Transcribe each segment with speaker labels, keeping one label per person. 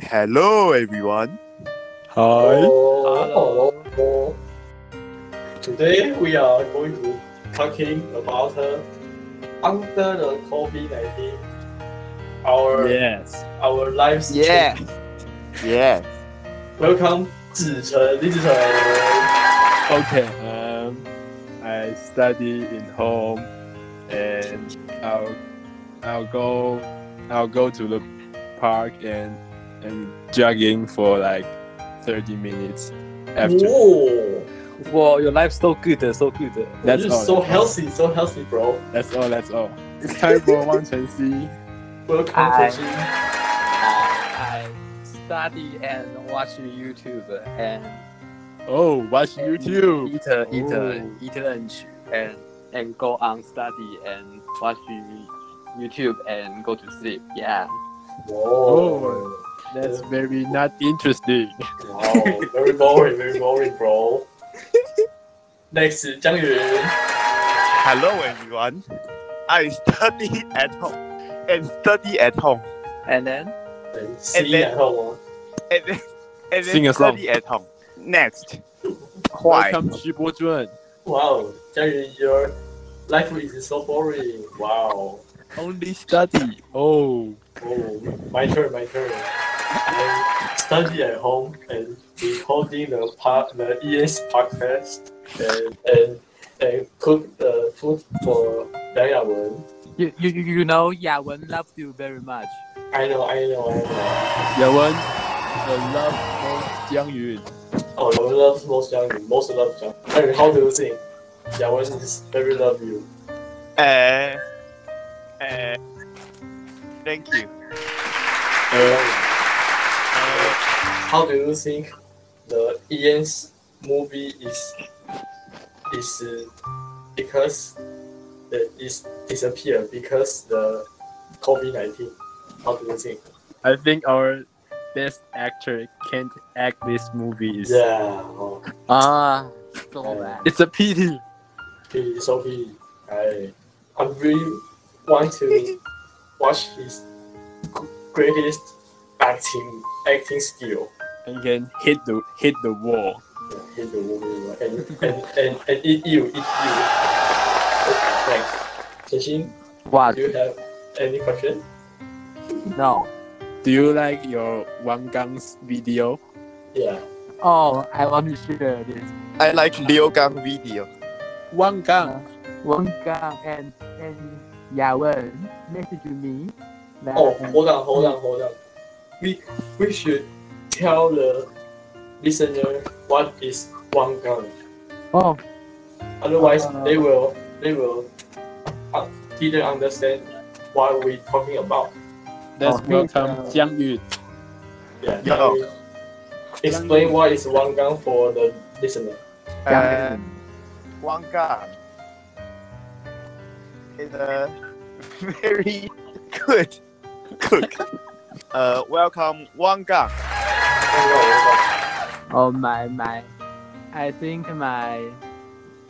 Speaker 1: Hello, everyone.
Speaker 2: Hi.
Speaker 3: Hello. Today we are going to talking about uh, under the COVID nineteen, our
Speaker 2: Yes.
Speaker 3: our lives.
Speaker 1: Yeah. Yeah.
Speaker 3: Welcome, Zhichen. This is uh,
Speaker 2: Okay. Um, I study in home, and I'll I'll go I'll go to the park and and jogging for like thirty minutes after.
Speaker 3: Whoa.
Speaker 4: Wow, your life's so good, uh, so good. uh.
Speaker 2: That's
Speaker 3: this
Speaker 2: all.
Speaker 3: is so healthy, so healthy, bro.
Speaker 2: That's all. That's all. It's time for Wang Chenxi.
Speaker 3: Welcome,
Speaker 4: Hi.
Speaker 3: Zhichen.
Speaker 4: I study and watch YouTube and
Speaker 2: Oh, watch YouTube.
Speaker 4: eat uh, eat uh,
Speaker 2: Oh.
Speaker 4: eat lunch and and go on study and watch YouTube and go to sleep. Yeah.
Speaker 3: Whoa.
Speaker 2: That's very not interesting.
Speaker 3: Wow. Very boring, very boring, bro. Next, Jiang Yun.
Speaker 1: Hello, everyone. I study at home and study at home
Speaker 4: And then
Speaker 3: See
Speaker 1: then-
Speaker 3: at home.
Speaker 1: and then, and then
Speaker 2: Sing a song.
Speaker 1: study at home. Next. Why?
Speaker 2: Welcome, Xu Bozhun.
Speaker 3: Wow, Jiang Yun, your life is so boring. Wow.
Speaker 2: Only study. Oh.
Speaker 3: Oh, my turn, my turn. I study at home and recording the part, the ES podcast and and, and cook the food for Yang Yawen.
Speaker 4: you you you you know Yawen loves you very much.
Speaker 3: I know, I know, I know.
Speaker 2: Yawen, the love of Jiang Yun.
Speaker 3: Oh, Yawen loves most Yang, Yun, most loves Yang. Hey, how do you think? Yawen is very love you.
Speaker 1: Uh, uh, thank you. Uh,
Speaker 3: How do you think the ES movie is is uh, because it is disappear because the COVID nineteen? How do you think?
Speaker 2: I think our best actor can't act this movie. Is,
Speaker 3: Yeah, oh,
Speaker 4: Ah, so
Speaker 3: bad.
Speaker 2: It's a pity.
Speaker 3: he- so he, I I really want to watch his g- greatest acting acting skill.
Speaker 2: And can hit the hit the wall.
Speaker 3: Yeah, hit the woman right? and and and and eat you, eat you. Okay, thanks. Jixin,
Speaker 4: What?
Speaker 3: do you have any question?
Speaker 4: No.
Speaker 2: Do you like your Wang Gang's video?
Speaker 3: Yeah.
Speaker 4: Oh, I want to share this.
Speaker 1: I like Liu Gang video.
Speaker 2: Wang Gang.
Speaker 4: Wang Gang Uh, and and Yawen message me. That
Speaker 3: Oh, hold on, hold on, hold on. We we should tell the listener what is one gun.
Speaker 4: oh,
Speaker 3: Otherwise,
Speaker 4: Uh,
Speaker 3: they will they will uh, didn't understand what we talking about.
Speaker 2: Let's
Speaker 4: Oh, he's,
Speaker 2: welcome
Speaker 4: uh,
Speaker 2: Jiang Yun.
Speaker 3: Yeah.
Speaker 1: Yeah.
Speaker 3: can we Explain what is one gun for the listener.
Speaker 1: Uh, Wang Gang is a very good cook. Uh, welcome, Wang Gang.
Speaker 4: oh my my, I think my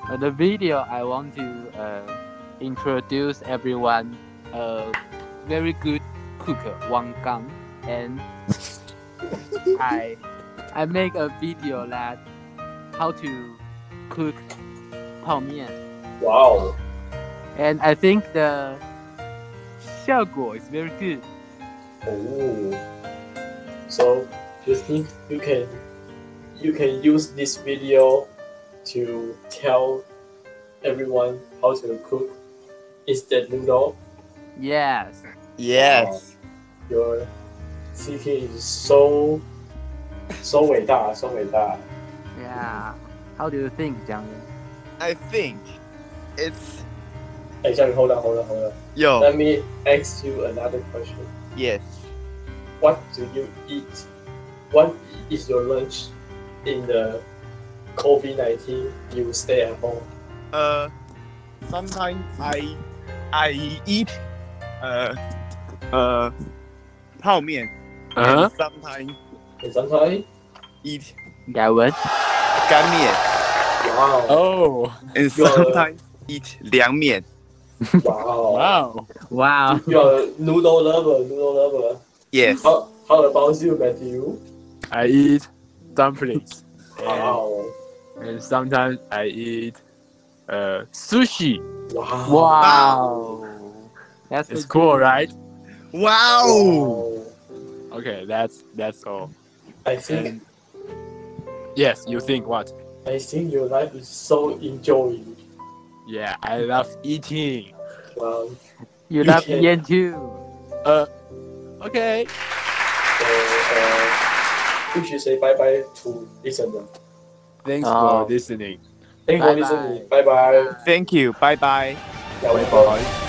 Speaker 4: uh, the video I want to uh, introduce everyone a very good cooker Wang Gang and I I make a video that how to cook 泡面
Speaker 3: Wow.
Speaker 4: and I think the 效果 is very good.
Speaker 3: Oh. So you think you can you can use this video to tell everyone how to cook instant noodle?
Speaker 4: Yes.
Speaker 1: Yes.
Speaker 3: Your thinking is so so 伟大, so 伟大.
Speaker 4: Yeah. How do you think, Jiang? Yun?
Speaker 1: I think it's
Speaker 3: Hey, Jiang, hold on, hold on, hold on.
Speaker 1: yo.
Speaker 3: Let me ask you another question.
Speaker 1: Yes.
Speaker 3: What do you eat? What is your lunch in the COVID nineteen? You stay at home.
Speaker 1: Uh, sometimes I I eat uh uh 泡面
Speaker 2: Uh-huh.
Speaker 1: and sometimes
Speaker 3: And sometimes
Speaker 1: eat
Speaker 4: Yeah, what?
Speaker 1: 干面
Speaker 3: wow.
Speaker 2: Oh,
Speaker 1: and
Speaker 3: Yo.
Speaker 1: sometimes eat 凉面.
Speaker 3: Wow.
Speaker 2: wow.
Speaker 4: Wow.
Speaker 3: You're a noodle lover, noodle lover.
Speaker 1: Yes.
Speaker 3: How, How about you, Matthew?
Speaker 2: I eat dumplings.
Speaker 3: Wow.
Speaker 2: and sometimes I eat uh, sushi.
Speaker 3: Wow.
Speaker 4: Wow. That's
Speaker 2: It's
Speaker 4: a-
Speaker 2: cool, right?
Speaker 1: Wow.
Speaker 3: Wow.
Speaker 2: Okay, that's that's all.
Speaker 3: I think
Speaker 2: Yes, you think what?
Speaker 3: I think your life is so enjoying.
Speaker 2: Yeah, I love eating.
Speaker 3: Wow.
Speaker 4: you love
Speaker 3: Yeah.
Speaker 4: Ian too.
Speaker 2: Uh, Okay.
Speaker 3: So, uh, we should say bye bye to listener.
Speaker 2: Thanks
Speaker 4: Oh.
Speaker 2: for listening.
Speaker 3: Thank you for
Speaker 4: Bye-bye.
Speaker 3: listening. Bye bye.
Speaker 1: Thank you. Bye bye.
Speaker 3: Bye bye.